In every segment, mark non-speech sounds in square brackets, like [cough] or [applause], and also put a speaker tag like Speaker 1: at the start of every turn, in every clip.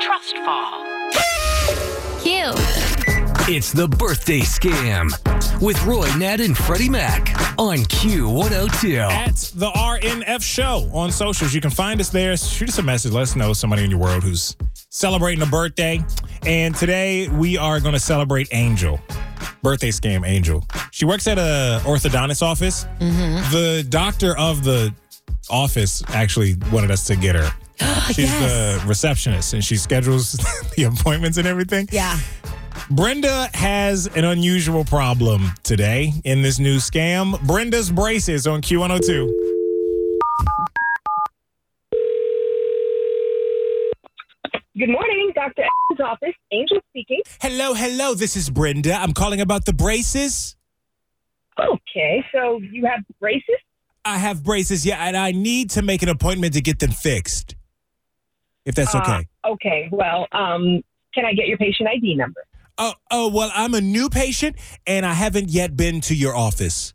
Speaker 1: trust fall.
Speaker 2: Cute.
Speaker 3: It's the birthday scam with Roy, Nat, and Freddie Mac on Q102.
Speaker 4: at the RNF show on socials. You can find us there. Shoot us a message. Let us know somebody in your world who's celebrating a birthday. And today we are going to celebrate Angel. Birthday scam Angel. She works at a orthodontist office. The doctor of the office actually wanted us to get her. She's the receptionist and she schedules [laughs] the appointments and everything.
Speaker 5: Yeah.
Speaker 4: Brenda has an unusual problem today in this new scam. Brenda's braces on Q102.
Speaker 6: Good morning, Dr. Allen's office. Angel speaking.
Speaker 4: Hello, hello. This is Brenda. I'm calling about the braces.
Speaker 6: Okay, so you have braces?
Speaker 4: I have braces, yeah, and I need to make an appointment to get them fixed. If that's okay.
Speaker 6: Uh, okay, well, um, can I get your patient ID number?
Speaker 4: Oh, oh, well, I'm a new patient and I haven't yet been to your office.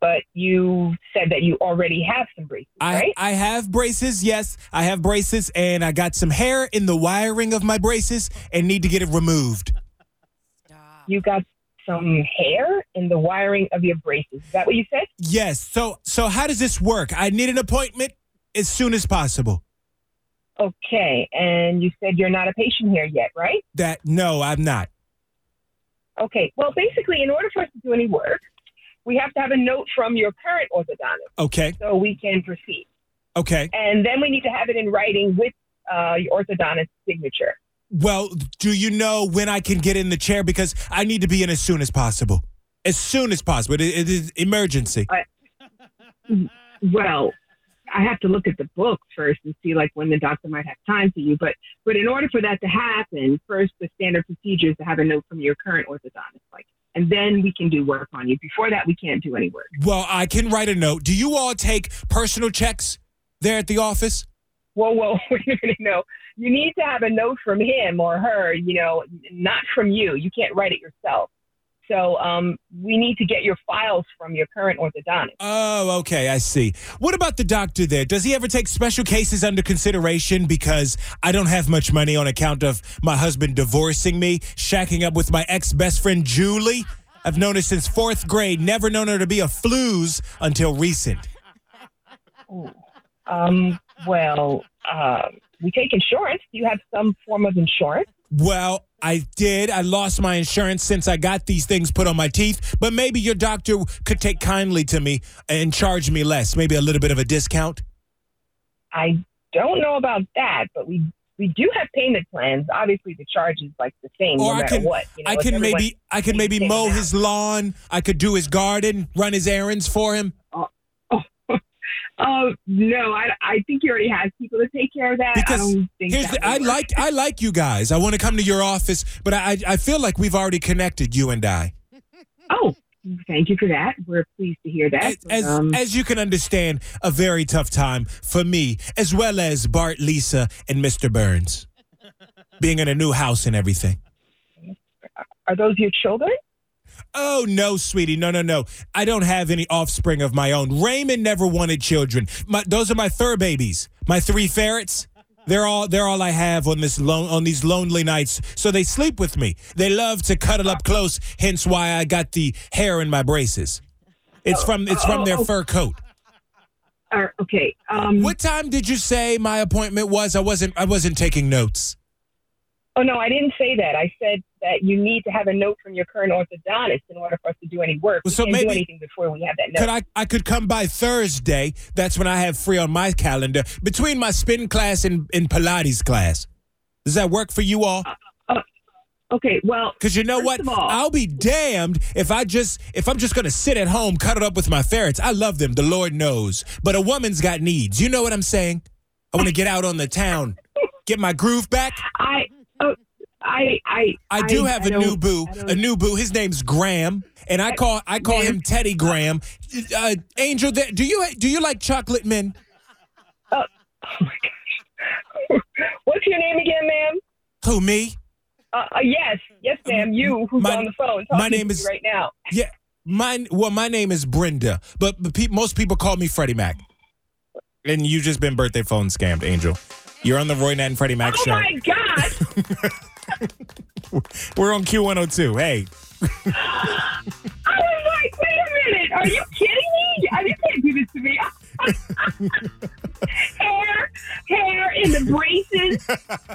Speaker 6: But you said that you already have some braces,
Speaker 4: I
Speaker 6: right?
Speaker 4: I have braces, yes. I have braces and I got some hair in the wiring of my braces and need to get it removed. uh,
Speaker 6: You got some hair in the wiring of your braces. Is that what you said?
Speaker 4: Yes. So so how does this work? I need an appointment as soon as possible.
Speaker 6: Okay, and you said you're not a patient here yet, right?
Speaker 4: That no, I'm not.
Speaker 6: Okay, well, basically, in order for us to do any work, we have to have a note from your current orthodontist
Speaker 4: Okay.
Speaker 6: so we can proceed.
Speaker 4: Okay.
Speaker 6: And then we need to have it in writing with uh, your orthodontist's signature.
Speaker 4: Well, do you know when I can get in the chair? Because I need to be in as soon as possible. As soon as possible. It, it is emergency.
Speaker 6: Well, I have to look at the book first and see like when the doctor might have time for you. But but in order for that to happen, first the standard procedure is to have a note from your current orthodontist, like, and then we can do work on you. Before that, we can't do any work.
Speaker 4: Well, I can write a note. Do you all take personal checks there at the office?
Speaker 6: Whoa, whoa, [laughs] wait a minute, no. You need to have a note from him or her, you know, not from you. You can't write it yourself. So um, we need to get your files from your current orthodontist.
Speaker 4: Oh, okay, I see. What about the doctor there? Does he ever take special cases under consideration because I don't have much money on account of my husband divorcing me, shacking up with my ex best friend Julie? I've known her since fourth grade, never known her to be a flues until recent.
Speaker 6: Ooh. Um, well, uh, we take insurance. Do you have some form of insurance?
Speaker 4: Well, I did. I lost my insurance since I got these things put on my teeth, but maybe your doctor could take kindly to me and charge me less, maybe a little bit of a discount.
Speaker 6: I don't know about that, but we we do have payment plans. Obviously, the charge is like the same
Speaker 4: Or Oh,
Speaker 6: no
Speaker 4: I
Speaker 6: matter
Speaker 4: can-
Speaker 6: what. You know,
Speaker 4: I
Speaker 6: it's
Speaker 4: can
Speaker 6: everyone-
Speaker 4: maybe I can maybe
Speaker 6: take
Speaker 4: mow
Speaker 6: it out.
Speaker 4: his lawn, I could do his garden, run his errands for him
Speaker 6: Oh no, I, I think you already have people to take care of that.
Speaker 4: because
Speaker 6: I don't think
Speaker 4: here's
Speaker 6: that
Speaker 4: the,
Speaker 6: would
Speaker 4: I
Speaker 6: work.
Speaker 4: like I like you guys. I want to come to your office, but I I I feel like we've already connected you and I.
Speaker 6: Oh, thank you for that. We're pleased to hear that.
Speaker 4: as, as,
Speaker 6: Um,
Speaker 4: as you can understand, a very tough time for me, as well as Bart, Lisa, and Mr. Burns, being in a new house and everything.
Speaker 6: are those your children?
Speaker 4: Oh, no, sweetie. No, no, no. I don't have any offspring of my own. Raymond never wanted children. My, those are my fur babies, my three ferrets. They're all they're all I have on this lone on these lonely nights. So they sleep with me. They love to cuddle up close, hence why I got the hair in my braces. It's from it's from their
Speaker 6: oh, oh.
Speaker 4: fur coat.
Speaker 6: Or, okay. Um,
Speaker 4: What time did you say my appointment was? I wasn't I wasn't taking notes.
Speaker 6: Oh no, I didn't say that. I said that you need to have a note from your current orthodontist in order for us to do any work.
Speaker 4: Well, so
Speaker 6: we can't do
Speaker 4: maybe-
Speaker 6: anything before we have that note.
Speaker 4: Could I I could come by Thursday. That's when I have free on my calendar between my spin class and, and Pilates class. Does that work for you all?
Speaker 6: okay. Well,
Speaker 4: Cuz you know
Speaker 6: Uh, first
Speaker 4: what?
Speaker 6: of all-
Speaker 4: I'll be damned if I just if I'm just going to sit at home cuddled up with my ferrets. I love them, the Lord knows. But a woman's got needs. You know what I'm saying? I want to get out on the town. Get my groove back.
Speaker 6: I, oh, I, I,
Speaker 4: I do have
Speaker 6: a
Speaker 4: a new boo,
Speaker 6: I don't-
Speaker 4: a new boo. His name's Graham, and I call I call him Teddy Graham. Uh, Angel, th- do you do you like chocolate men?
Speaker 6: [laughs] What's your name again, ma'am?
Speaker 4: Who me?
Speaker 6: Uh, uh, yes, yes, ma'am. You who's
Speaker 4: My-
Speaker 6: on the phone?
Speaker 4: my
Speaker 6: talking to
Speaker 4: name
Speaker 6: me
Speaker 4: is-
Speaker 6: right now.
Speaker 4: Yeah, my well, my name is Brenda, but, but pe- most people call me Freddie Mac. And you just been birthday phone scammed, Angel. You're on the Roy Nat and Freddie Mac
Speaker 6: oh
Speaker 4: show.
Speaker 6: my
Speaker 4: [laughs]
Speaker 6: God.
Speaker 4: We're on Q102. Hey,
Speaker 6: I was like, wait a minute. Are you kidding me? I- You can't do this to
Speaker 4: [laughs]
Speaker 6: me. [laughs] hair, hair in the braces.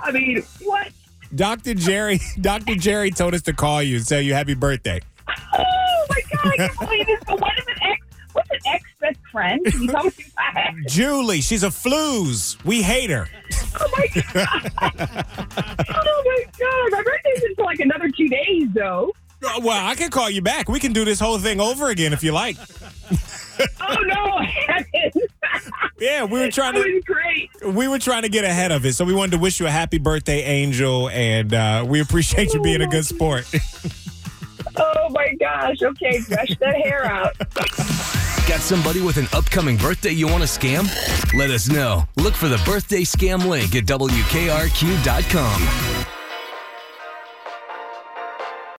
Speaker 6: I mean, what?
Speaker 4: Dr. Jerry, [laughs] Dr. Jerry told us to call you and tell you happy birthday.
Speaker 6: Oh my God. I can't believe this. But what is an ex? What's an ex best friend? You know what I'm saying?
Speaker 4: Julie, she's a flooz. We hate her.
Speaker 6: Oh my God. Oh my God. My birthday's in for like another two days, though.
Speaker 4: Uh, Well, I can call you back. We can do this whole thing over again if you like.
Speaker 6: Oh no, [laughs] heavens.
Speaker 4: Yeah, we were trying
Speaker 6: That
Speaker 4: to
Speaker 6: was great.
Speaker 4: we were trying to get ahead of it, so we wanted to wish you a happy birthday, Angel, and uh, we appreciate you being a good sport.
Speaker 6: Oh my gosh. Okay, brush that hair out.
Speaker 3: Got somebody with an upcoming birthday you want to scam? Let us know. Look for the birthday scam link at WKRQ.com.